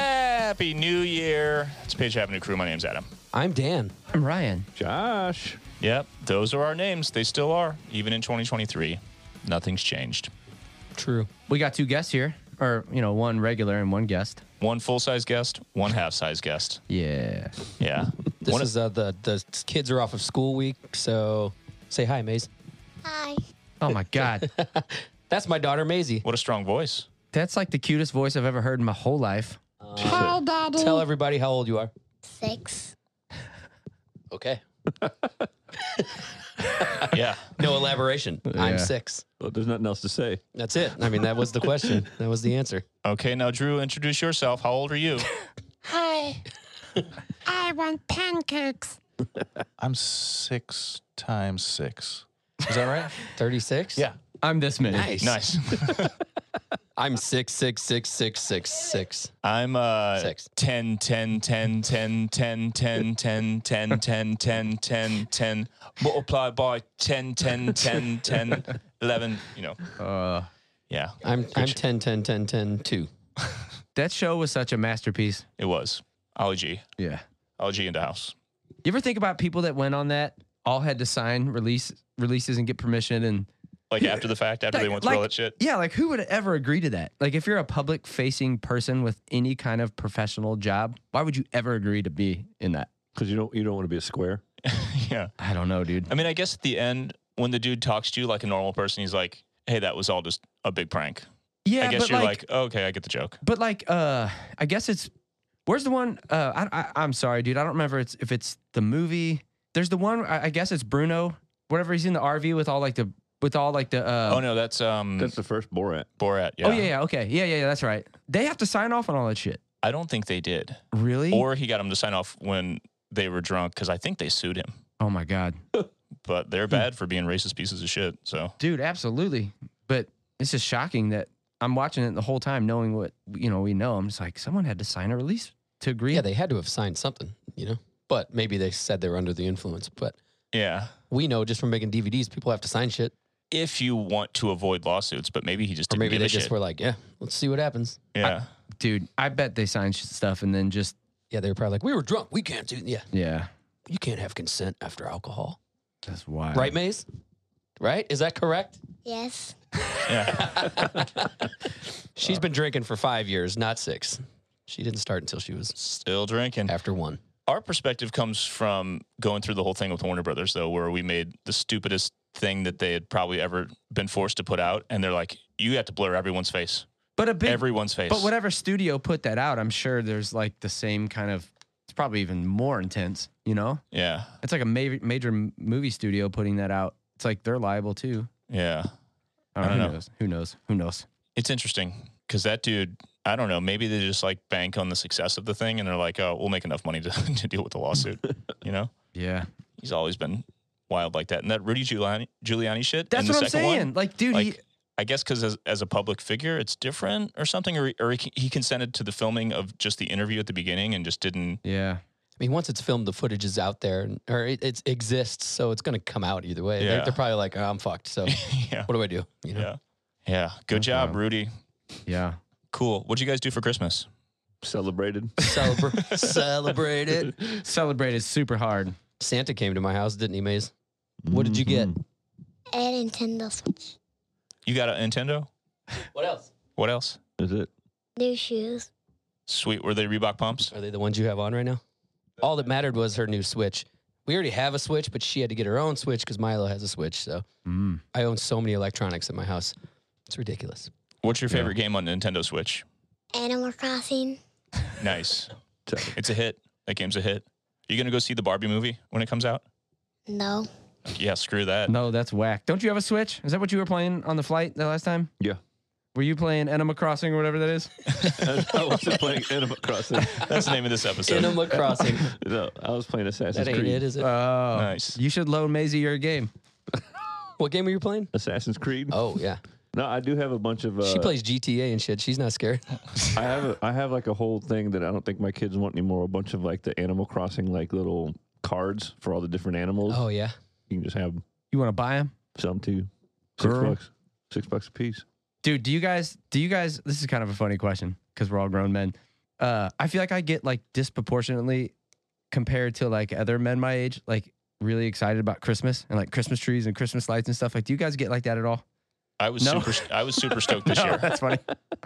Happy New Year. It's Page Avenue Crew. My name's Adam. I'm Dan. I'm Ryan. Josh. Yep, those are our names. They still are, even in 2023. Nothing's changed. True. We got two guests here, or you know, one regular and one guest. One full size guest, one half size guest. Yeah. Yeah. This One- is uh, the the kids are off of school week, so say hi, Maisie. Hi. Oh my God, That's my daughter, Maisie. what a strong voice. that's like the cutest voice I've ever heard in my whole life. Tell everybody how old you are. Six. Okay. Yeah. No elaboration. Yeah. I'm six. Well, there's nothing else to say. That's it. I mean, that was the question. That was the answer. Okay, now, Drew, introduce yourself. How old are you? Hi. I want pancakes. I'm six times six. Is that right? Thirty-six. Yeah. I'm this many. Nice. nice. I'm six, six, six, six, six, six. I'm uh Six. 10 10 10 10 10 10 10 10 10 10 10 10 multiplied by 10 10 10 10 11, you know. Uh, Yeah, I'm I'm 10, 10, 10, 10, 2. that show was such a masterpiece. it was. Ollie G. Yeah. Ollie G in the house. You ever think about people that went on that all had to sign release releases and get permission and Like after the fact, after they went through all that shit. Yeah, like who would ever agree to that? Like if you're a public facing person with any kind of professional job, why would you ever agree to be in that? Because you don't you don't want to be a square. Yeah. I don't know, dude. I mean, I guess at the end, when the dude talks to you like a normal person, he's like, hey, that was all just a big prank. Yeah, I guess but you're like, okay, I get the joke. But like, uh, I guess it's where's the one? Uh, I, I I'm sorry, dude. I don't remember. It's if it's the movie. There's the one. I, I guess it's Bruno. Whatever he's in the RV with all like the with all like the. Uh, Oh, no, that's um That's the first Borat. Borat. Yeah. oh, yeah, yeah, okay, yeah, yeah, yeah. That's right. They have to sign off on all that shit. I don't think they did. Really? Or he got him to sign off when they were drunk because I think they sued him. oh my god, but Hmm. they're bad for being racist pieces of shit. So dude, absolutely. But it's just shocking that I'm watching it the whole time, knowing what you know. We know. I'm just like, someone had to sign a release to agree. Yeah, they had to have signed something, you know? But maybe they said they were under the influence. But yeah, we know just from making DVDs, people have to sign shit. if you want to avoid lawsuits, but maybe he just Or didn't maybe give they a just shit. were like, yeah, let's see what happens. yeah, dude, I bet they signed sh- stuff and then just Yeah, they were probably like, we were drunk. We can't do, yeah, yeah. you can't have consent after alcohol. That's wild. Right, Maze? Right? Is that correct? Yes. yeah. She's been drinking for five years, not six. She didn't start until she was Still drinking. after one. Our perspective comes from going through the whole thing with Warner Brothers, though, where we made the stupidest thing that they had probably ever been forced to put out, and they're like, "You have to blur everyone's face, But a big everyone's face." But whatever studio put that out, I'm sure there's like the same kind of. It's probably even more intense. You know, Yeah, it's like a major major m- movie studio putting that out. It's like they're liable too. yeah. Oh, I don't who know. Knows? Who knows? Who knows? It's interesting because that dude. I don't know. Maybe they just like bank on the success of the thing, and they're like, "Oh, we'll make enough money to, to deal with the lawsuit," you know. Yeah, he's always been wild like that. And that Rudy Giuliani, Giuliani shit. that's and the what I'm second one, saying. like, dude, he, like, I guess because as, as a public figure, it's different or something. Or, he- or he, he consented to the filming of just the interview at the beginning and just didn't. yeah, I mean, once it's filmed, the footage is out there and, or it, it exists. So it's going to come out either way. They're, Yeah. they're probably like, oh, I'm fucked. So what yeah. do I do? You know? Yeah. Yeah. Good That's job, wild. Rudy. yeah. Cool. What'd you guys do for Christmas? Celebrated. Celebra- celebrate it. Celebrated super hard. Santa came to my house, didn't he, Maze? What did you get? Mm-hmm. And Nintendo Switch. You got a Nintendo? What else? What else? Is it? New shoes. Sweet. Were they Reebok pumps? Are they the ones you have on right now? All that mattered was her new Switch. We already have a Switch, but she had to get her own Switch because Milo has a Switch. So Mm. I own so many electronics at my house. It's ridiculous. What's your favorite game on Nintendo Switch? Animal Crossing. Nice. Tell- it's a hit. That game's a hit. Are you going to go see the Barbie movie when it comes out? No. Yeah, screw that. No, that's whack. Don't you have a Switch? Is that what you were playing on the flight the last time? Yeah. Were you playing Enema Crossing or whatever that is? I wasn't playing Animal Crossing. That's the name of this episode. Animal Crossing. No, I was playing Assassin's that ain't Creed. it, is it? Uh, Oh, Nice. You should loan Maisie your game. what game were you playing? Assassin's Creed. Oh, yeah. No, I do have a bunch of. Uh, she plays GTA and shit. She's not scared. I have a, I have like a whole thing that I don't think my kids want anymore. A bunch of like the Animal Crossing like little cards for all the different animals. Oh, yeah. You can just have You want to buy him? some too. Six Girl. bucks. Six bucks a piece. dude do you guys do you guys this is kind of a funny question because we're all grown men uh, I feel like I get like disproportionately compared to like other men my age, like really excited about Christmas and like Christmas trees and Christmas lights and stuff. Like, do you guys get like that at all? I was No. super. I was super stoked this No, year. That's funny.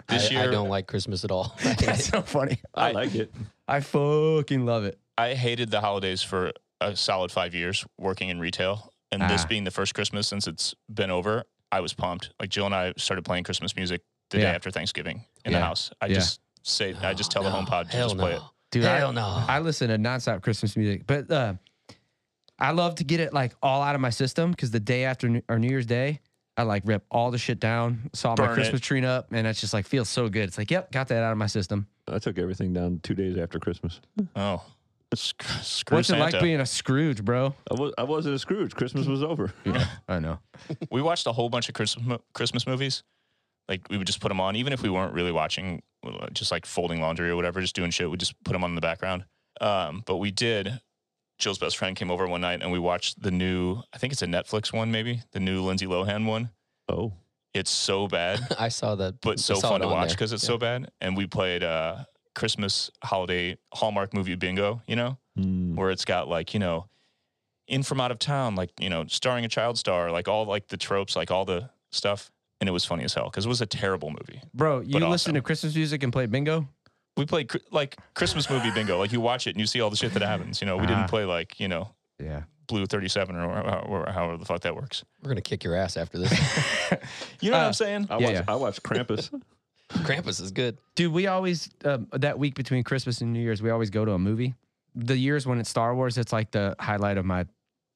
This I, year, I don't like Christmas at all. That's so funny. I, I- like it. I fucking love it. I hated the holidays for a solid five years working in retail. And this Ah. being the first Christmas since it's been over, I was pumped. Like Jill and I started playing Christmas music the Yeah. day after Thanksgiving in Yeah. the house. I Yeah. just say, I just tell No, the home pod to hell just play it. no. Dude, I- Hell no. I listen to nonstop Christmas music, but uh, I love to get it like all out of my system because the day after New- or New Year's Day, I like rip all the shit down, saw Burn my it. Christmas tree up, and it's just like feels so good. It's like, yep, got that out of my system. I took everything down two days after Christmas. Oh, sc- screw What's Santa. it like being a Scrooge, bro? I, was, I wasn't a Scrooge. Christmas was over. I know. we watched a whole bunch of Christmas mo- Christmas movies. Like we would just put them on, even if we weren't really watching, uh, just like folding laundry or whatever, just doing shit. We just put them on in the background. Um, but we did. Jill's best friend came over one night and we watched the new. I think it's a Netflix one, maybe the new Lindsay Lohan one. Oh, It's so bad, I saw that. but so I saw it fun to on watch there. because it's so bad. And we played uh, Christmas holiday Hallmark movie bingo. You know, Hmm. where it's got like you know in from out of town like you know starring a child star like all like the tropes like all the stuff and it was funny as hell because it was a terrible movie Bro, you But listen awesome. to Christmas music and play bingo? we played cr- like christmas movie bingo like you watch it and you see all the shit that happens you know we didn't Ah. play like you know Yeah. blue 37 or, wha- or however the fuck that works We're gonna kick your ass after this. you know what Uh, i'm saying I Yeah, watched, yeah. I watched Krampus. Krampus is good. Dude, we always, um, that week between Christmas and New Year's, we always go to a movie. The years when it's Star Wars, it's like the highlight of my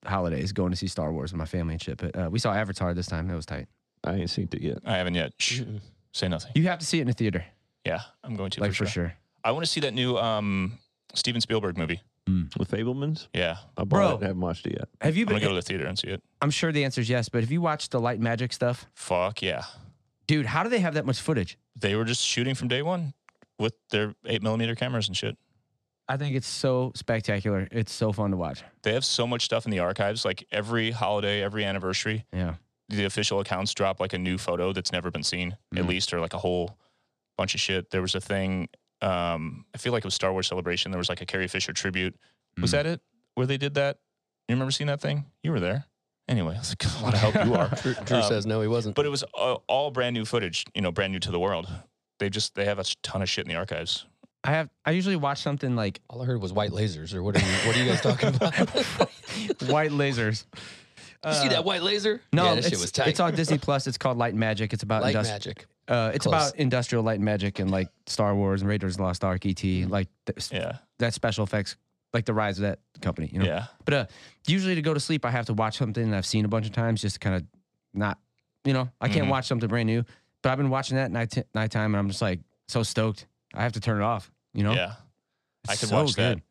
holidays going to see Star Wars with my family and shit. But uh, we saw Avatar this time. That was tight. I ain't seen it yet. i haven't yet Shh, Mm-mm. say nothing You have to see it in a theater, yeah i'm going to like for, sure. i want to see that new um steven spielberg movie The Fablemans. yeah I bought Bro. it. and haven't watched it yet. Have you i'm gonna been? go to the theater and see it I'm sure the answer is yes, but have you watched the light magic stuff? fuck yeah Dude, how do they have that much footage? they were just shooting from day one with their eight millimeter cameras and shit I think it's so spectacular. It's so fun to watch. They have so much stuff in the archives. Like every holiday, every anniversary, Yeah. the official accounts drop like a new photo that's never been seen, at Mm. least, or like a whole bunch of shit. There was a thing, um, I feel like it was Star Wars Celebration. There was like a Carrie Fisher tribute. Was Mm. that it? Where they did that? You remember seeing that thing? You were there. Anyway, I was like, God, I hope you are. Drew, Drew Um, says no, he wasn't. But it was all, all brand new footage, you know, brand new to the world. They just, they have a ton of shit in the archives. I have I usually watch something like All I heard was white lasers, or what are you, what are you guys talking about? White Lasers. Uh, you see that white laser? No, yeah, that it's, shit was tight. it's on Disney Plus. It's called Light Magic. It's about light industri- magic. Uh, it's Close. about industrial light magic and like Star Wars and Raiders of the Lost Ark, ET, Mm-hmm. like th- Yeah. that special effects, like the rise of that company. You know, Yeah. but uh, usually to go to sleep, I have to watch something that I've seen a bunch of times just to kind of not, you know, I can't Mhm. watch something brand new. But I've been watching that night nighttime, and I'm just like so stoked. I have to turn it off. You know, Yeah. I It's could so watch that good.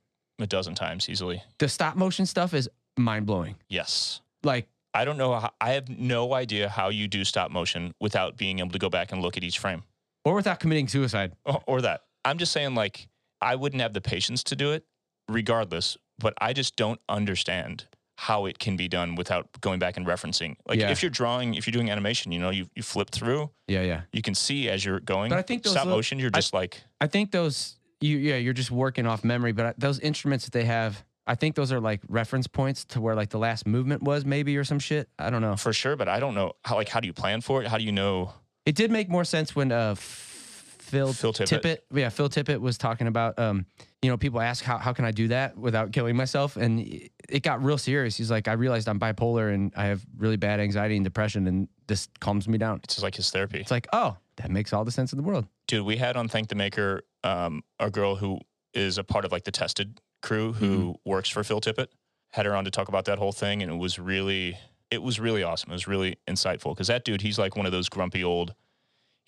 a dozen times easily. The stop motion stuff is mind blowing. Yes. Like I don't know. How, I have no idea how you do stop motion without being able to go back and look at each frame or without committing suicide. or, or that. I'm just saying, like, I wouldn't have the patience to do it regardless, but I just don't understand how it can be done without going back and referencing. Like, Yeah. if you're drawing, if you're doing animation, you know, you, you flip through, Yeah, yeah. you can see as you're going. But I think those stop little- motion, you're I- just like, I think those you yeah you're just working off memory, but I- those instruments that they have, I think those are like reference points to where like the last movement was maybe or some shit. I don't know. for sure, but I don't know how, like, how do you plan for it? How do you know? It did make more sense when uh F- Phil, Phil Tippett. Tippett. yeah Phil Tippett was talking about um you know people ask how how can I do that without killing myself and it- it got real serious. He's like I realized I'm bipolar and I have really bad anxiety and depression and this calms me down. It's just like his therapy. It's like oh that makes all the sense in the world. dude, we had on Thank the Maker um, a girl who is a part of like the tested crew who works for Phil Tippett. Had her on to talk about that whole thing, and it was really, it was really awesome. It was really insightful because that dude, he's like one of those grumpy old.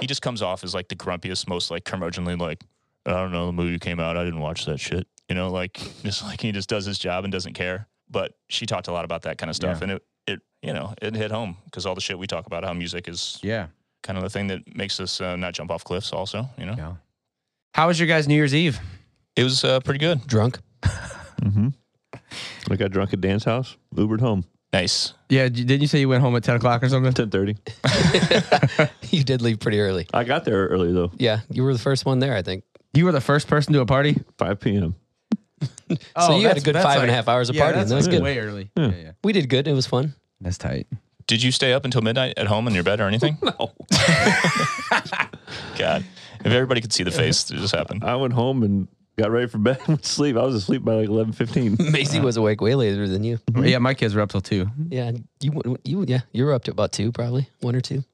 He just comes off as like the grumpiest, most like curmudgeonly, like I don't know, the movie came out, I didn't watch that shit. You know, like just like he just does his job and doesn't care. But she talked a lot about that kind of stuff, Yeah. and it, it, you know, it hit home because all the shit we talk about, how music is Yeah. kind of the thing that makes us uh, not jump off cliffs. Also, you know, Yeah. How was your guys' New Year's Eve? it was uh, pretty good. Drunk. Mm-hmm. I got drunk at Dan's house. Ubered home. Nice. Yeah, d- didn't you say you went home at ten o'clock or something? Ten thirty. you did leave pretty early. I got there early though. Yeah, you were the first one there, I think. You were the first person to a party. Oh, 5 p.m. so you had a good five and a half hours of partying. that was good. Way early. Yeah. Yeah, yeah. We did good. It was fun. That's tight. Did you stay up until midnight at home in your bed or anything? no. God, if everybody could see the face that just happened. I went home and got ready for bed and went to sleep. I was asleep by like 11:15. Maisie was awake way later than you. Yeah, my kids were up till two. Yeah, you w- you yeah, you were up to about two, probably one or two.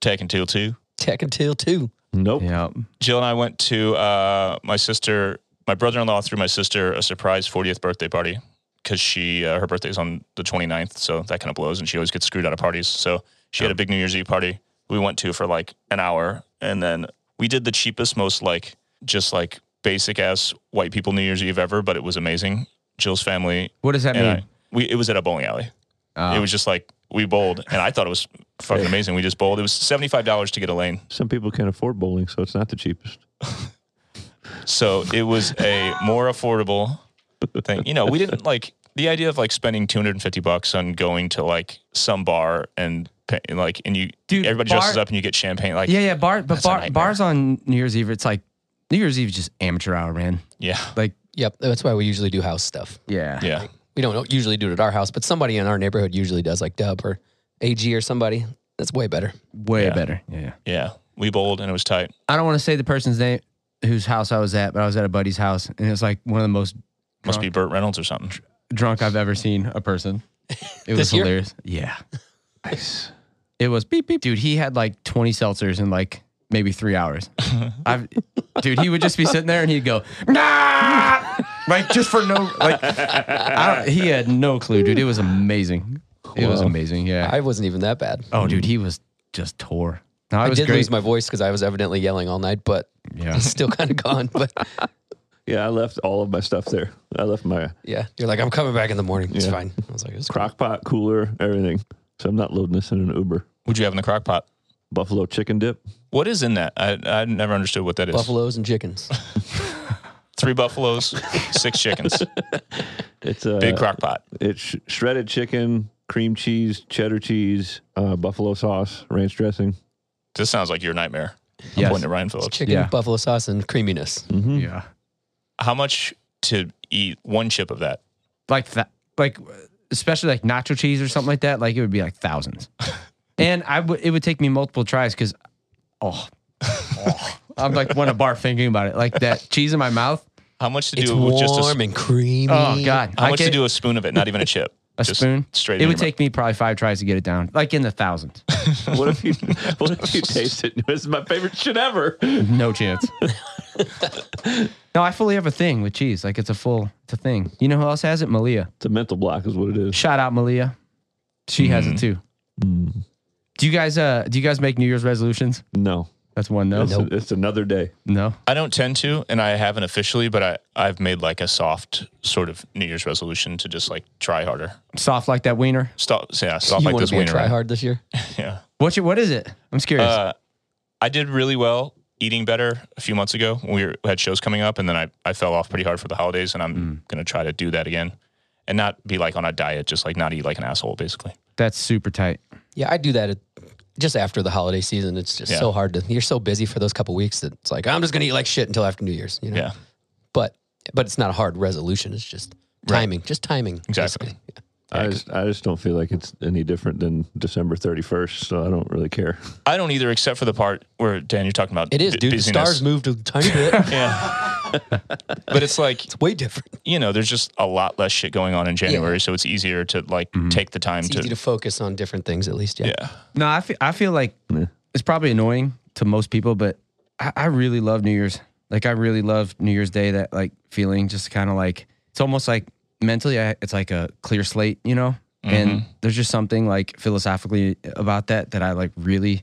Taking till two. Tech until two. Nope. Yeah. Jill and I went to uh, my sister, my brother in law threw my sister a surprise 40th birthday party because she, uh, her birthday's on the 29th. So that kind of blows. And she always gets screwed out of parties. So she had a big New Year's Eve party we went to for like an hour. And then we did the cheapest, most like just like basic ass white people New Year's Eve ever, but it was amazing. Jill's family What does that and mean? I, we, it was at a bowling alley. Uh, It was just like we bowled, and I thought it was fucking amazing. We just bowled. It was seventy five dollars to get a lane, Some people can't afford bowling, so it's not the cheapest. so it was a more affordable thing. You know, we didn't like the idea of like spending two hundred and fifty bucks on going to like some bar and pay, like and you Dude, everybody bar- dresses up and you get champagne. Like yeah, yeah. Bar, but That's a bar, nightmare. bars on New Year's Eve, it's like New Year's Eve is just amateur hour, man. yeah, Yep, that's why we usually do house stuff. Yeah. yeah. We don't usually do it at our house, but somebody in our neighborhood usually does, like Dub or AG or somebody. That's way better. Way Yeah. better. Yeah. yeah. yeah. We bowled and it was tight. I don't want to say the person's name whose house I was at, but I was at a buddy's house and it was like one of the most Must be Burt Reynolds or something. drunk I've ever seen a person. It was This year? hilarious. Yeah. It was beep beep. Dude, he had like 20 seltzers in like maybe three hours. I've, dude, he would just be sitting there and he'd go, nah! like just for no, like, I don't, he had no clue, dude. It was amazing. It was amazing. Yeah. I wasn't even that bad. oh, dude, he was just tore. No, I I was did great. lose my voice because I was evidently yelling all night, but yeah. it's still kind of gone. But Yeah, I left all of my stuff there. I left my yeah, you're like, I'm coming back in the morning. It's Yeah. fine. I was like, it's crock pot, cooler, everything. So I'm not loading this in an Uber. Would you have in the crock pot? Buffalo chicken dip. What is in that? I I never understood what that is. buffaloes and chickens. Three buffaloes, six chickens, It's uh, a big crock pot. It's sh- shredded chicken, cream cheese, cheddar cheese, uh, buffalo sauce, ranch dressing. This sounds like your nightmare. I'm Yes. pointing at Ryan Phillips. Chicken, Yeah. buffalo sauce, and creaminess. Mm-hmm. Yeah. How much to eat one chip of that? like that, like especially like nacho cheese or something like that. Like it would be like thousands, and I would it would take me multiple tries because, oh, oh, I'm like one a bar thinking about it. Like that cheese in my mouth. How much to It's do with warm just a, s- and creamy. Oh God, how I much to can't- do a spoon of it? Not even a chip. a just spoon. straight. It in would your take me probably five tries to get it down, like in the thousands. What if you What if you taste it? This is my favorite shit ever. No chance. no, I fully have a thing with cheese. Like it's a full, it's a thing. You know who else has it? Malia. It's a mental block, is what it is. Shout out Malia. She has it too. Mm. Do you guys uh do you guys make New Year's resolutions? No, That's one no. it's, it's another day. No. I don't tend to, and I haven't officially, but I I've made like a soft sort of New Year's resolution to just like try harder. Soft like that wiener. Stop. Yeah, You stop like want this to be a wiener. try right? hard this year? Yeah. What's your, what is it? I'm curious. Uh, I did really well eating better a few months ago. when We were, had shows coming up, and then I, I fell off pretty hard for the holidays, and I'm Mm. gonna try to do that again, and not be like on a diet, just like not eat like an asshole, basically. That's super tight. Yeah, I do that at, just after the holiday season. It's just Yeah. so hard to. You're so busy for those couple weeks that it's like I'm just gonna eat like shit until after New Year's. You know. Yeah. But but it's not a hard resolution. It's just timing. Just timing. Exactly. basically. I just, I just don't feel like it's any different than December 31st, so I don't really care. I don't either, except for the part where Dan, you're talking about It is, bu- dude. The busyness. stars moved a tiny bit. Yeah. but it's like It's way different. you know, there's just a lot less shit going on in January, so it's easier to like take the time It's to, easy to focus on different things at least. Yeah. yeah. No, I feel, I feel like Yeah. it's probably annoying to most people, but I, I really love New Year's. Like I really love New Year's Day. That like feeling, just kind of like it's almost like mentally, I, it's like a clear slate, you know. Mm-hmm. And there's just something like philosophically about that that I like really,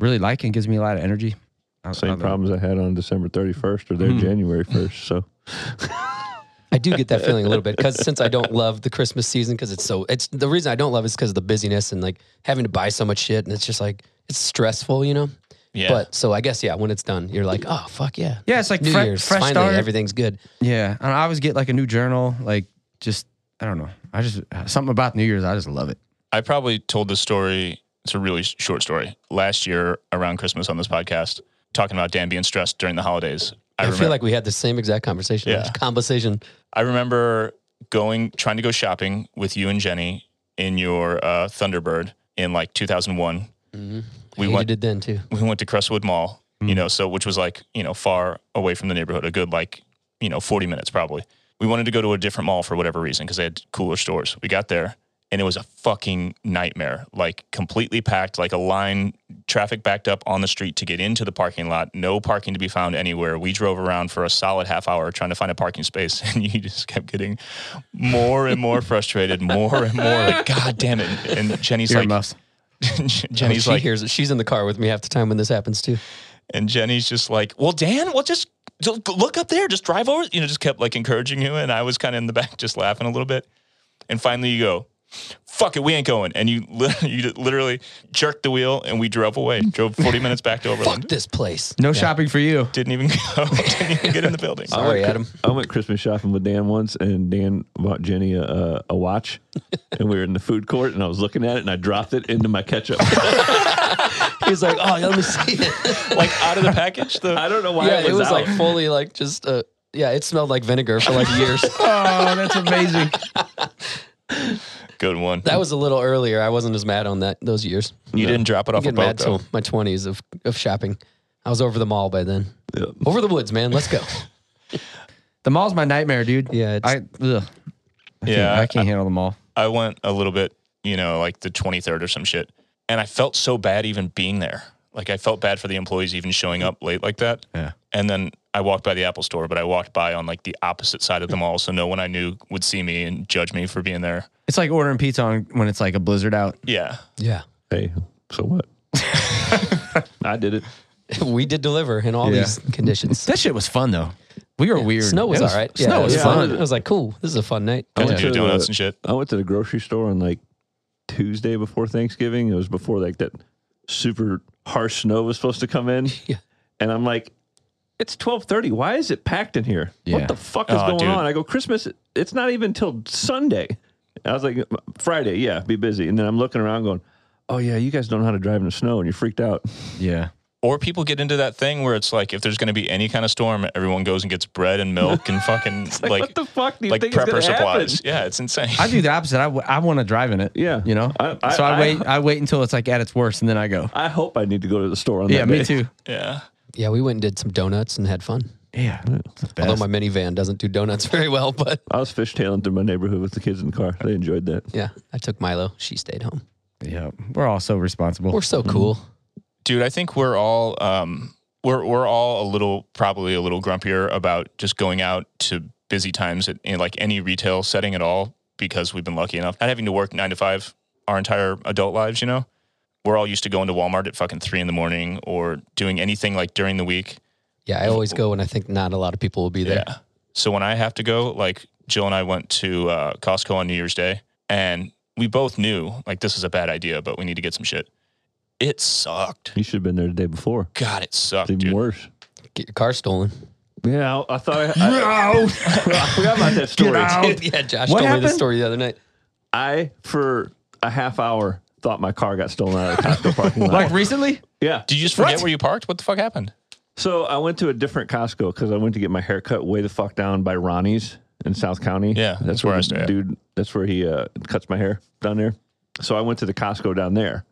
really like and gives me a lot of energy. I- I Same love it. problems I had on December 31st or their Mhm. January 1st. So I do get that feeling a little bit because since I don't love the Christmas season because it's so it's the reason I don't love is because of the busyness and like having to buy so much shit and it's just like it's stressful, you know. Yeah. But so I guess yeah, when it's done, you're like, oh fuck yeah, Yeah, it's like New fre- Year's fresh finally start. everything's good. yeah, and I always get like a new journal. Like just I don't know. I just something about New Year's. I just love it. I probably told this story. It's a really sh- short story. Last year around Christmas on this podcast, talking about Dan being stressed during the holidays, I, remember, feel like we had the same exact conversation. Yeah. Just Conversation. I remember going trying to go shopping with you and Jenny in your uh, Thunderbird in like 2001. We We Hated went it then too. we went to Crestwood Mall, you Mm. know, so which was like, you know, far away from the neighborhood, a good like, you know, 40 minutes probably. We wanted to go to a different mall for whatever reason because they had cooler stores. We got there and it was a fucking nightmare, like completely packed, like a line, traffic backed up on the street to get into the parking lot, no parking to be found anywhere. We drove around for a solid half hour trying to find a parking space and you just kept getting more and more frustrated, more and more like, God damn it. And Jenny's Ear Oh, like, muffs. Jenny's she like, hears it. She's in the car with me half the time when this happens too. and Jenny's just like, "Well, Dan, well, just just look up there, just drive over." You know, just kept like encouraging you, and I was kind of in the back, just laughing a little bit. And finally, you go, "Fuck it, we ain't going." And you li- you just literally jerked the wheel, and we drove away. Drove forty minutes back to Overland. Fuck this place. No Yeah. shopping for you. Didn't even go. Didn't even get in the building. I Sorry, went, Adam. I went Christmas shopping with Dan once, and Dan bought Jenny a, a watch, and we were in the food court, and I was looking at it, and I dropped it into my ketchup. He's like, oh, yeah, let me see it. Like out of the package, the I don't know why yeah, it was, out. like fully like just uh, yeah, it smelled like vinegar for like years. Oh, that's amazing. good one. that was a little earlier. I wasn't as mad on that those years. you didn't drop it I'm off a getting boat mad though. till my twenties of of shopping. I was over the mall by then. Yeah. Over the woods, man. Let's go. The mall's my nightmare, dude. Yeah, it's- I, ugh, Yeah, I can't handle the mall. I went a little bit, you know, like the 23rd or some shit. And I felt so bad even being there. Like I felt bad for the employees even showing up late like that. Yeah. And then I walked by the Apple store, but I walked by on like the opposite side of the mall. So no one I knew would see me and judge me for being there. It's like ordering pizza on when it's like a blizzard out. Yeah. Yeah. Hey, so what? I did it. We did deliver in all Yeah. these conditions. That shit was fun though. We were weird. Snow was, It all right. Yeah, Snow it was was yeah. fun. I fun. was like, cool. This is a fun night. Got went to do to donuts the- and shit. I went to the grocery store on like Tuesday before Thanksgiving. It was before like that super harsh snow was supposed to come in. Yeah. And I'm like, it's 12:30. Why is it packed in here? Yeah. What the fuck is Oh, going dude. on? I go Christmas. It's not even till Sunday. I was like Friday, yeah, be busy. And then I'm looking around going, "Oh yeah, you guys don't know how to drive in the snow and you're freaked out." Yeah. Or people get into that thing where it's like if there's going to be any kind of storm, everyone goes and gets bread and milk and fucking Like, like what the fuck do you like think is prepper going to happen? supplies. Yeah, it's insane. I do the opposite. I, w- I want to drive in it. Yeah. You know? I- I- so I, I- wait I wait until it's like at its worst and then I go. I hope I need to go to the store on Yeah, that me day. too. yeah. Yeah, we went and did some donuts and had fun. Yeah. It's the best. Although my minivan doesn't do donuts very well, but I was fishtailing through my neighborhood with the kids in the car. They enjoyed that. yeah, I took Milo. She stayed home. yeah. We're all so responsible. We're so cool. dude i think we're all um we're we're all a little probably a little grumpier about just going out to busy times at, in like any retail setting at all because we've been lucky enough not having to work nine to five our entire adult lives you know we're all used to going to walmart at fucking three in the morning or doing anything like during the week Yeah, I always go when I think not a lot of people will be there. yeah. So when I have to go, like Jill and I went to uh, Costco on New Year's Day, and we both knew like this is a bad idea, but we need to get some shit. It sucked. You should have been there the day before. God, it sucked, It's even dude. worse. Get your car stolen. Yeah, I, I thought I, I, I forgot about that story. Oh, yeah, Josh What told me this happened? story the other night. I for a half hour thought my car got stolen out of the Costco parking lot. like recently? yeah. Did you just forget where you parked? What the fuck happened? So I went to a different Costco because I went to get my hair cut way the fuck down by Ronnie's in South County. Yeah, that's where I the stay at. Dude, that's where he uh, cuts my hair down there. So I went to the Costco down there.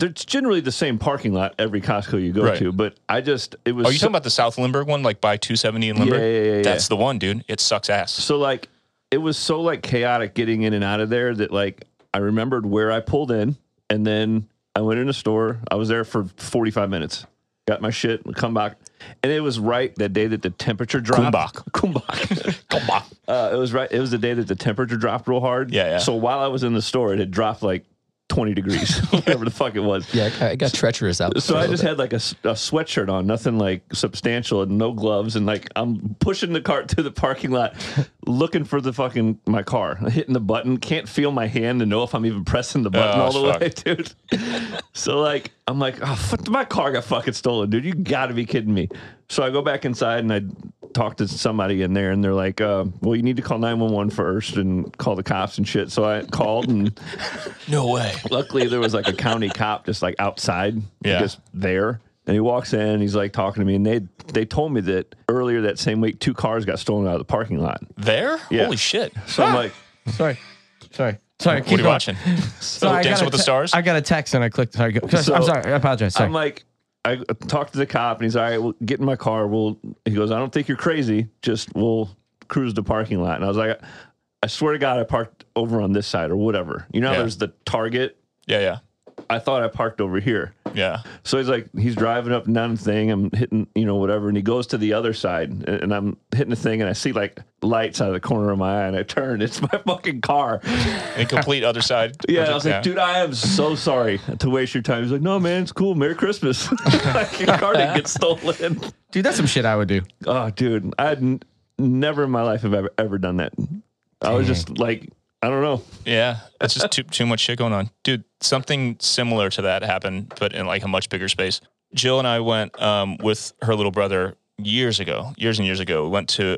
It's generally the same parking lot every Costco you go Right. to, but I just it was Are Oh, you so- talking about the South Limburg one, like by 270 in Yeah, Limburg? yeah, yeah, yeah. That's the one, dude. It sucks ass. So like it was so like chaotic getting in and out of there that like I remembered where I pulled in and then I went in the store. I was there for 45 minutes. Got my shit, come back. And it was right that day that the temperature dropped. Kumbach. Kumbach. Uh, it was right. It was the day that the temperature dropped real hard. Yeah, yeah. So while I was in the store, it had dropped like 20 degrees, whatever the fuck it was. Yeah, I got treacherous out. So there a I little just had like a, s- a sweatshirt on, nothing like substantial, and no gloves, and like I'm pushing the cart through the parking lot, looking for the fucking my car, hitting the button, can't feel my hand to know if I'm even pressing the button Oh, all the fuck. way, dude. so like I'm like, oh, fuck, my car got fucking stolen, dude. You got to be kidding me. So I go back inside and I talk to somebody in there, and they're like, uh, well, you need to call 911 first and call the cops and shit. So I called and. No way. Luckily, there was like a county cop just like outside, Yeah. just there. And he walks in and he's like talking to me. And they they told me that earlier that same week, two cars got stolen out of the parking lot. There? Yeah. Holy shit. What So I'm like, Sorry. Sorry. Sorry. are Keep you going. watching? Sorry, I Dancing got a with the te- Stars? I got a text and I clicked. Sorry. Go. So- I'm sorry. I apologize. Sorry. I'm like, I talked to the cop and he's all right. Well, get in my car. We'll. He goes, I don't think you're crazy. Just we'll cruise the parking lot. And I was like, I swear to God, I parked over on this side or whatever. You know, how Yeah. there's the Target. Yeah, I thought I parked over here. yeah. Yeah. So he's like, he's driving up and down the thing. I'm hitting, you know, whatever. And he goes to the other side and- and I'm hitting the thing and I see like lights out of the corner of my eye and I turn. It's my fucking car. And complete other side. Yeah. And I was like, dude, I am so sorry to waste your time. He's like, no, man, it's cool. Merry Christmas. like, your car didn't get stolen. dude, that's some shit I would do. Oh, dude. I'd n- never in my life have ever, ever done that. I was just like, I don't know. Yeah, it's just too too much shit going on, dude. Something similar to that happened, but in like a much bigger space. Jill and I went um, with her little brother years ago, years and years ago. We went to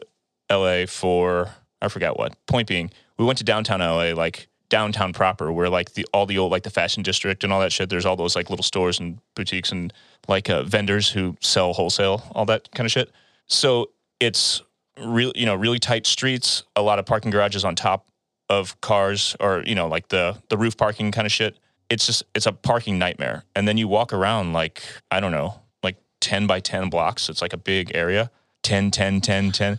L.A. for I forgot what. Point being, we went to downtown L.A. like downtown proper, where like the all the old like the fashion district and all that shit. There's all those like little stores and boutiques and like uh, vendors who sell wholesale, all that kind of shit. So it's real, you know, really tight streets, a lot of parking garages on top of cars or you know like the the roof parking kind of shit it's just it's a parking nightmare and then you walk around like i don't know like 10 by 10 blocks it's like a big area 10 10 10 10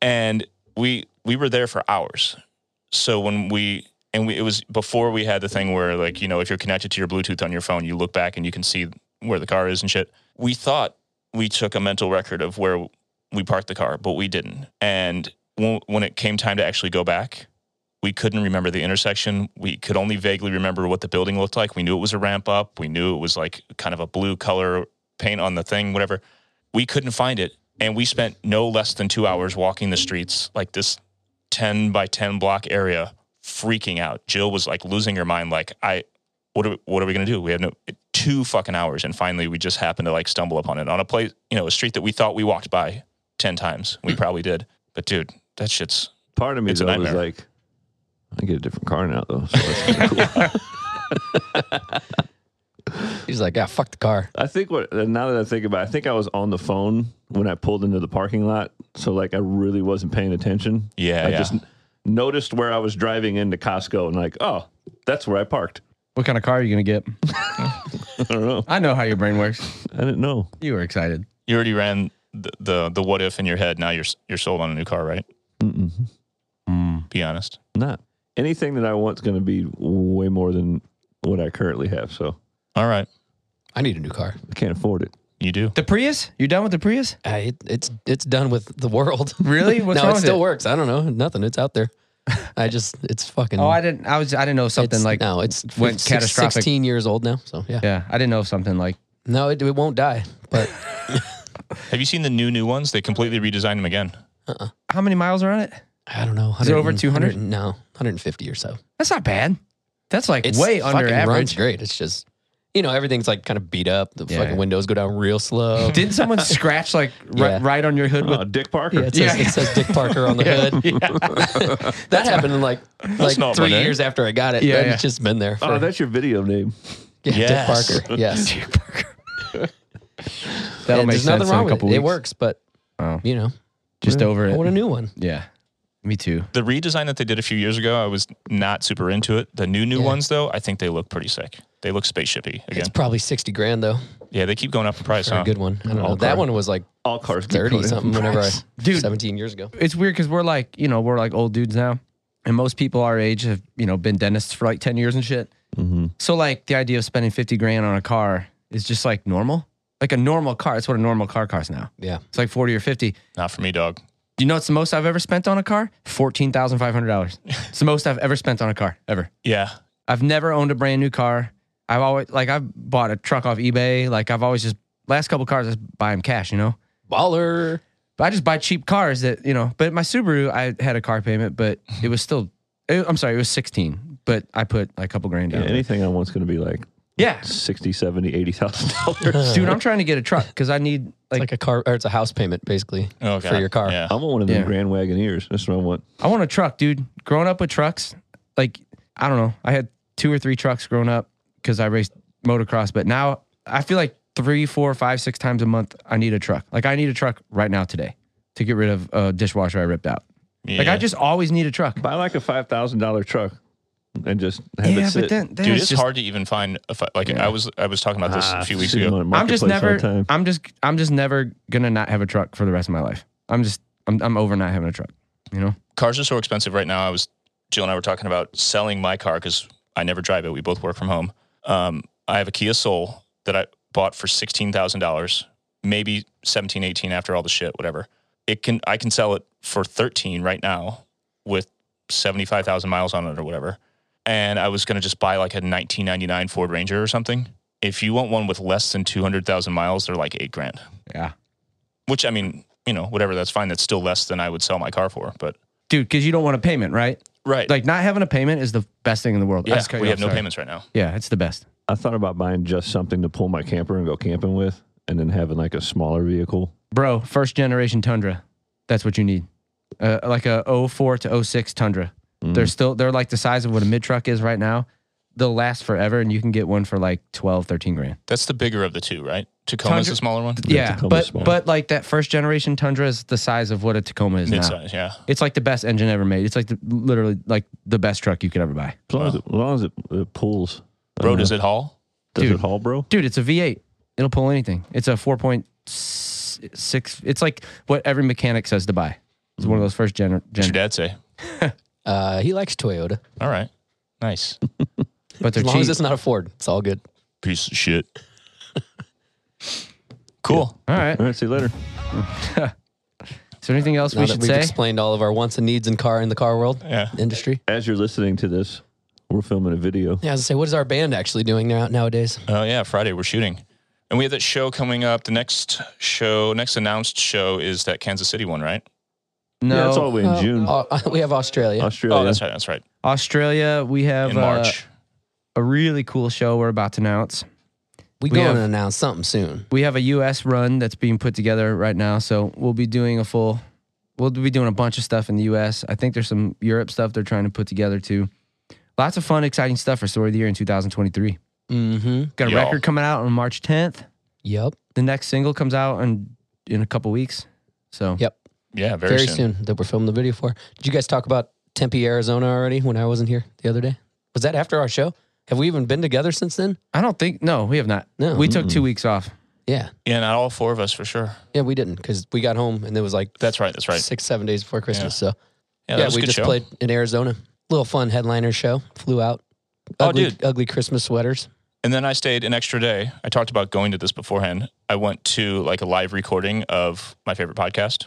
and we we were there for hours so when we and we, it was before we had the thing where like you know if you're connected to your bluetooth on your phone you look back and you can see where the car is and shit we thought we took a mental record of where we parked the car but we didn't and when, when it came time to actually go back we couldn't remember the intersection. We could only vaguely remember what the building looked like. We knew it was a ramp up. We knew it was like kind of a blue color paint on the thing, whatever. We couldn't find it. And we spent no less than two hours walking the streets, like this 10 by 10 block area, freaking out. Jill was like losing her mind. Like, I, what are, what are we going to do? We had no, two fucking hours. And finally, we just happened to like stumble upon it on a place, you know, a street that we thought we walked by 10 times. We probably did. But dude, that shit's, Part of me It's a though was nightmare. like, I get a different car now though. So that's kinda cool. He's like, ah, fuck the car. I think what now that I think about, it, I think I was on the phone when I pulled into the parking lot, so like I really wasn't paying attention. yeah. I yeah. just n- noticed where I was driving into Costco and like, oh, that's where I parked. What kind of car are you gonna get? I don't know. I know how your brain works. I didn't know. You were excited. you already ran the, the the what if in your head. Now you're s- you're sold on a new car, right? Mm-mm. Hmm. Be honest. Not anything that I want's going to be way more than what I currently have, so All right, I need a new car. I can't afford it. you do. The Prius? You done with the Prius? I, it, it's it's done with the world. Really? What's no, wrong it with still it? works. I don't know. Nothing. It's out there. I just it's fucking. Oh, I didn't. I was. I didn't know something it's- like. no. It's went six- catastrophic. Sixteen years old now. So yeah. Yeah, I didn't know something like. No, it, it won't die. But Have you seen the new new ones? They completely redesigned them again. How many miles are on it? I don't know. Is it over 100 200? 100 No, 150 or so. That's not bad. That's like It's way under fucking Runs average. great. It's just you know everything's like kind of beat up. The Yeah. fucking windows go down real slow. Didn't someone scratch like ri- Yeah. right on your hood with? Uh, Dick Parker. Yeah, it says, Yeah. it says Dick Parker on the hood. that happened in like like not my three name. years after I got it. Yeah, Yeah, yeah. it's just been there. For, Oh, that's your video name. yeah, Yes. Dick Parker. Yes, That'll And make there's sense nothing wrong in a with it. couple It weeks. works, but Oh. you know, Just over I want a it. new one. Yeah, me too. The redesign that they did a few years ago, I was not super into it. The new new Yeah. ones though, I think they look pretty sick. They look spaceshipy again. It's probably sixty grand though yeah, they keep going up in price. for Huh? a good one. I don't know. All That car. one was like All cars. keep thirty going. something. Whenever I Dude. seventeen years ago. It's weird because we're like you know we're like old dudes now, and most people our age have you know been dentists for like ten years and shit. Mhm. So like the idea of spending fifty grand on a car is just like normal. Like a normal car. It's what a normal car costs now. Yeah. It's like forty or fifty. Not for me, dog. You know, it's the most I've ever spent on a car. Fourteen thousand five hundred dollars. It's the most I've ever spent on a car ever. Yeah, I've never owned a brand new car. I've always like I've bought a truck off eBay. Like I've always just last couple cars I just buy them cash. You know, Baller. but I just buy cheap cars that you know. But my Subaru, I had a car payment, but it was still. It, I'm sorry, it was sixteen, but I put like a couple grand Yeah, down. anything I want's going to be like yeah. 60, 70, 80,000 dollars. dude, I'm trying to get a truck because I need It's like, like a car or it's a house payment basically oh, for God. your car. Yeah, I want one of them Yeah. Grand Wagoneers. That's what I want. I want a truck, dude. Growing up with trucks, like I don't know, I had two or three trucks growing up because I raced motocross, but now I feel like three, four, five, six times a month, I need a truck. Like I need a truck right now today to get rid of a dishwasher I ripped out. Like I Yeah. just always need a truck. Buy like a five thousand dollar truck and just have Yeah, it sit. but then, then dude, it's it's just hard to even find. A fi- like I was, I was talking about this Ah, a few Ah, weeks sitting ago. on I'm just Marketplace all the never. time. I'm just. I'm just never gonna not have a truck for the rest of my life. I'm just. I'm. I'm over not having a truck. You know. Cars are so expensive right now. I was Jill and I were talking about selling my car because I never drive it. We both work from home. Um, I have a Kia Soul that I bought for sixteen thousand dollars, maybe 17, 18 after all the shit, whatever. It can I can sell it for thirteen right now with seventy five thousand miles on it or whatever. And I was gonna just buy like a nineteen ninety nine Ford Ranger or something. If you want one with less than two hundred thousand miles, they're like eight grand. Yeah. Which I mean, you know, whatever. That's fine. That's still less than I would sell my car for. But Dude, because you don't want a payment, right? right, Like not having a payment is the best thing in the world. I Yeah, just cut we oh, you have off, no sorry. payments right now. Yeah, it's the best. I thought about buying just something to pull my camper and go camping with, and then having like a smaller vehicle. Bro, first generation Tundra. That's what you need. Uh, like a 04 to 06 Tundra. Mm. They're still they're like the size of what a mid truck is right now. They'll last forever and you can get one for like 12, 13 grand. That's the bigger of the two, right? Tacoma's Tundra- the smaller one. Yeah, Tacoma's but small. but like that first generation Tundra is the size of what a Tacoma is now. Midsize, yeah. It's like the best engine ever made. It's like the, literally like the best truck you could ever buy. as long as it, as long as it, it pulls. Bro, Uh, does it haul? does Dude. it haul, bro? Dude, it's a V8. It'll pull anything. It's a 4.6. It's like what every mechanic says to buy. It's one of those first gen. What'd gen your dad say? Uh, he likes Toyota. All right. Nice. but they're As long cheap. as it's not a Ford, it's all good. Piece of shit. Cool. All right. All right, see you later. Is there anything else Now we that should we've say? explained all of our wants and needs in car in the car world Yeah. industry. As you're listening to this, we're filming a video. Yeah, I was gonna say, what is our band actually doing now nowadays? Oh, yeah. Friday, we're shooting. And we have that show coming up. The next show, next announced show is that Kansas City one, right? no. Yeah, it's all the way in Oh, Uh, June. uh, we have Australia. Australia. Oh, that's right. That's right. Australia, we have In uh, March. a really cool show we're about to announce. we we going have- to announce something soon. We have a U.S. run that's being put together right now. So we'll be doing a full, we'll be doing a bunch of stuff in the U.S. I think there's some Europe stuff they're trying to put together too. Lots of fun, exciting stuff for Story of the Year in 2023. Mm-hmm. Got a Y'all. record coming out on March 10th. Yep. The next single comes out in in a couple weeks. So Yep. Yeah, very, Very, soon. soon. that we're filming the video for. Did you guys talk about Tempe, Arizona already when I wasn't here the other day? Was that after our show? Have we even been together since then? I don't think no, we have not. No. We took two weeks off. Yeah. Yeah, not all four of us for sure. Yeah, we didn't because we got home and it was like That's right. That's right. six, seven days before Christmas. So Yeah, yeah, that was a we good just show. played in Arizona. Little fun headliner show. Flew out. Oh, Ugly, dude. ugly Christmas sweaters. And then I stayed an extra day. I talked about going to this beforehand. I went to like a live recording of my favorite podcast.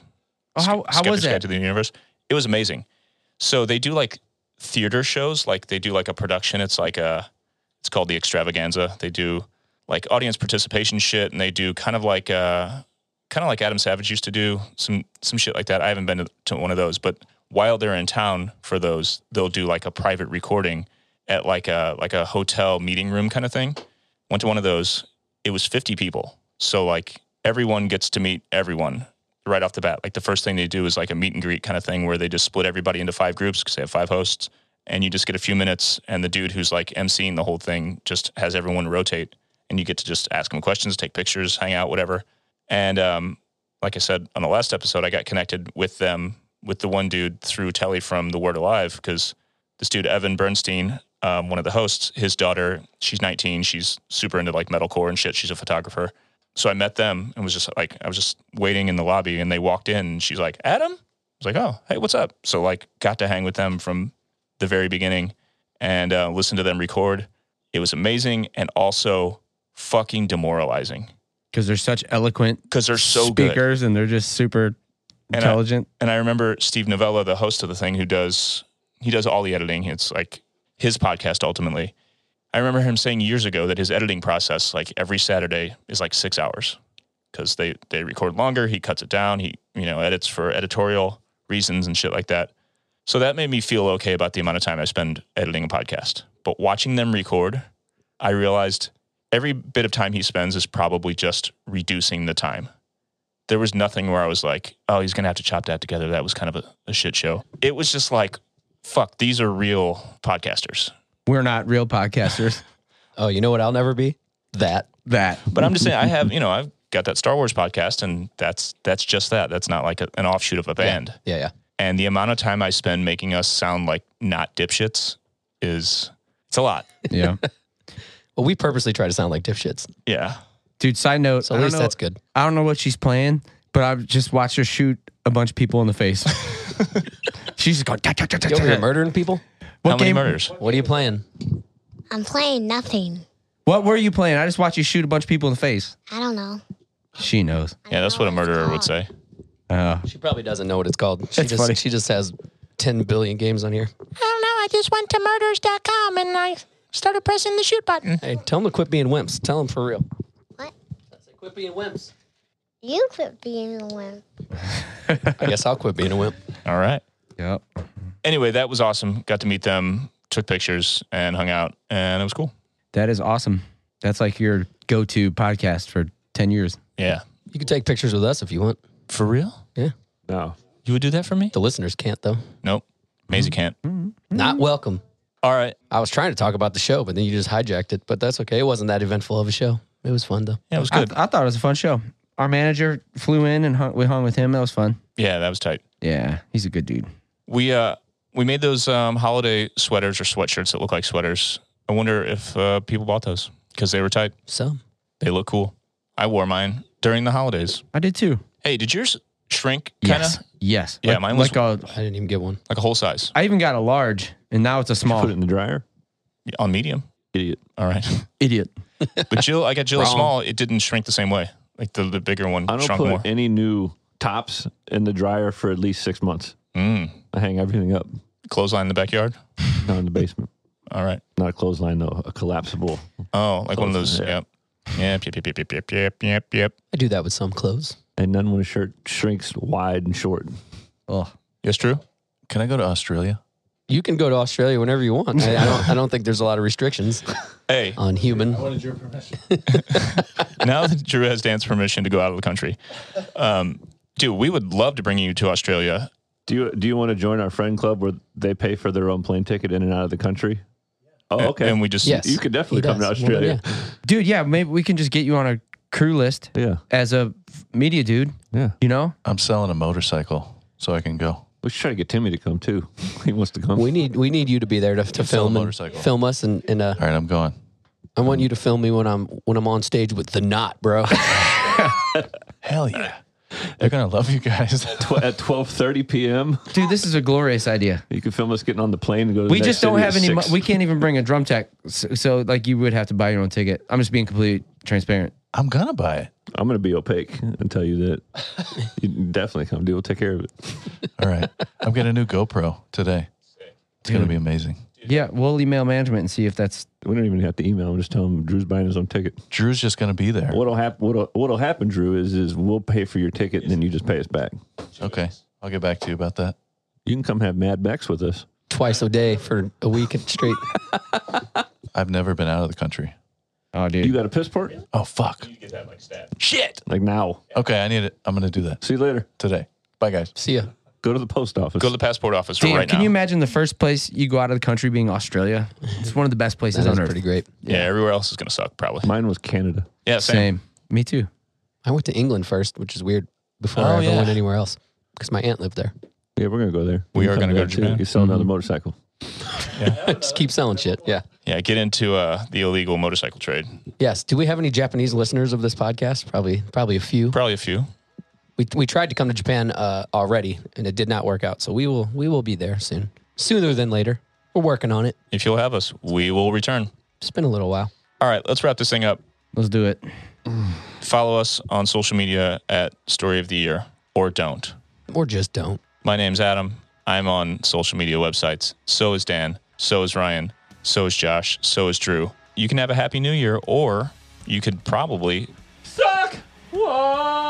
Oh, how, Ske- how was Skeptic's Guide that? to the Universe. It was amazing. So they do like theater shows, like they do like a production. It's like a, it's called the Extravaganza. They do like audience participation shit, and they do kind of like uh, kind of like Adam Savage used to do some some shit like that. I haven't been to, to one of those, but while they're in town for those, they'll do like a private recording at like a like a hotel meeting room kind of thing. Went to one of those. It was fifty people, so like everyone gets to meet everyone right off the bat. Like the first thing they do is like a meet and greet kind of thing where they just split everybody into five groups because they have five hosts, and you just get a few minutes. And the dude who's like emceeing the whole thing just has everyone rotate, and you get to just ask them questions, take pictures, hang out, whatever. And um, like I said on the last episode, I got connected with them with the one dude through Telly from The Word Alive because this dude Evan Bernstein, um, one of the hosts, his daughter, she's 19, she's super into like metalcore and shit. She's a photographer. So I met them and was just like, I was just waiting in the lobby and they walked in and she's like, Adam? I was like, oh, hey, what's up? So like got to hang with them from the very beginning and uh, listen to them record. It was amazing and also fucking demoralizing Because they're such eloquent because they're so good. speakers and they're just super And I- intelligent. and I remember Steve Novella, the host of the thing, who does he does all the editing. It's like his podcast ultimately. I remember him saying years ago that his editing process, like every Saturday, is like six hours because they they record longer. He cuts it down. He you know edits for editorial reasons and shit like that. So that made me feel okay about the amount of time I spend editing a podcast. But watching them record, I realized every bit of time he spends is probably just reducing the time there was nothing where I was like, oh, he's going to have to chop that together. That was kind of a, a shit show. It was just like, fuck, these are real podcasters. We're not real podcasters. Oh, you know what I'll never be? That. that. But I'm just saying, I have you know, I've got that Star Wars podcast, and that's that's just that. That's not like a, an offshoot of a band. Yeah, yeah. And the amount of time I spend making us sound like not dipshits is it's a lot. Yeah. Well, we purposely try to sound like dipshits, Yeah, Dude, side note. so I at don't least know- that's good. I don't know what she's playing, but I've just watched her shoot a bunch of people in the face. she's just going. "Da, da, da, da, You over here da." murdering people? What how many game- murders? What are you playing? I'm playing nothing. What were you playing? I just watched you shoot a bunch of people in the face. I don't know. She knows. I Yeah, don't that's know what a it's murderer would called. say. Uh, She probably doesn't know what it's called. She just funny. she just has 10 billion games on here. I don't know. I just went to murders.com and I started pressing the shoot button. Hey, tell them to quit being wimps. Tell them for real. What? I said, quit being wimps. You quit being a wimp. I guess I'll quit being a wimp. All right. yep. Anyway, that was awesome. Got to meet them, took pictures, and hung out, and it was cool. That is awesome. That's like your go-to podcast for ten years. Yeah, You can take pictures with us if you want. for real. No. You would do that for me? The listeners can't though. Nope. Maisie can't. Mm-hmm. Not welcome. All right. I was trying to talk about the show, but then you just hijacked it. But that's okay. It wasn't that eventful of a show. It was fun though. Yeah, it was I, good. I thought it was a fun show. Our manager flew in and hung, we hung with him. That was fun. Yeah, that was tight. Yeah, he's a good dude. We uh we made those um, holiday sweaters or sweatshirts that look like sweaters. I wonder if uh, people bought those because they were tight. So They look cool. I wore mine during the holidays. I did too. Hey, did yours shrink kind of Yes. Yes. Yeah, like, mine was- like a. I didn't even get one. like a whole size I even got a large, and now it's a small. Put it in the dryer. Yeah, on medium? Idiot. All right, Idiot. but Jill, I got Jill a Wrong. small. It didn't shrink the same way. Like the, the bigger one I don't shrunk put more. any new tops in the dryer for at least six months. Mm. I hang everything up Clothesline in the backyard. down in the basement. All right. Not a clothesline though, a collapsible. Oh, like one of those. Clothesline, Yep. Yep. Yep. Yep. Yep. Yep. Yep. Yep. Yep. I do that with some clothes. And none when a shirt shrinks wide and short. Oh, Yes, true. Can I go to Australia? You can go to Australia whenever you want. I, I don't. I don't think there's a lot of restrictions Hey, on human. now that Drew has Dan's permission to go out of the country, um, dude, we would love to bring you to Australia. Do you do you want to join our friend club where they pay for their own plane ticket in and out of the country? Oh, a- okay. And we just Yes. you could definitely He come to does. Australia. dude. Yeah, maybe we can just get you on a crew list yeah. as a media dude. Yeah. You know, I'm selling a motorcycle so I can go. We should try to get Timmy to come too. he wants to come. We need we need you to be there to, to sell a film and motorcycle. film us and, and uh, All right, I'm going. I want you to film me when I'm when I'm on stage with the knot, bro. Hell yeah. They're going to love you guys. Tw- at twelve thirty p.m. dude, this is a glorious idea. You can film us getting on the plane and go. To the We next just don't city have at any. Mo- six. we can't even bring a drum tech, so, so like you would have to buy your own ticket. I'm just being completely transparent. I'm going to buy it. I'm gonna be opaque and tell you that. you can definitely come. Dude, we'll take care of it. All right. I'm getting a new GoPro today. It's going to be amazing. Yeah, we'll email management and see if that's. We don't even have to email. him. Just tell him Drew's buying his own ticket. Drew's just going to be there. What'll happen? What'll, what'll happen, Drew? Is is we'll pay for your ticket and then you just pay us back. Okay. I'll get back to you about that. You can come have Mad Max with us. Twice a day for a week straight. I've never been out of the country. Oh, You dude, got a passport? Oh, fuck. Shit. Like now. Okay. I need it. I'm going to do that See you later. today. Bye, guys. See ya. Go to the post office. go to the passport office damn! right can now. you imagine the first place you go out of the country being Australia? It's one of the best places That is on earth. pretty great. yeah, everywhere else is going to suck probably. Mine was Canada. Yeah, same. Same. Me too. I went to England first, which is weird. Before Oh, I ever yeah. went anywhere else, because my aunt lived there. Yeah, we're gonna go there. We You are come gonna go there, to too. Japan. Mm-hmm. You sell another motorcycle. Just keep selling shit. Yeah. Yeah, get into uh, the illegal motorcycle trade. Yes. Do we have any Japanese listeners of this podcast? Probably, probably a few. Probably a few. We, we tried to come to Japan uh, already, and it did not work out. So we will we will be there soon, sooner than later. We're working on it. If you'll have us, we will return. It's been a little while. All right, let's wrap this thing up. Let's do it. Follow us on social media at Story of the Year or don't. Or just don't. My name's Adam. I'm on social media websites. So is Dan. So is Ryan. So is Josh. So is Drew. You can have a happy new year, or you could probably Suck. Whoa.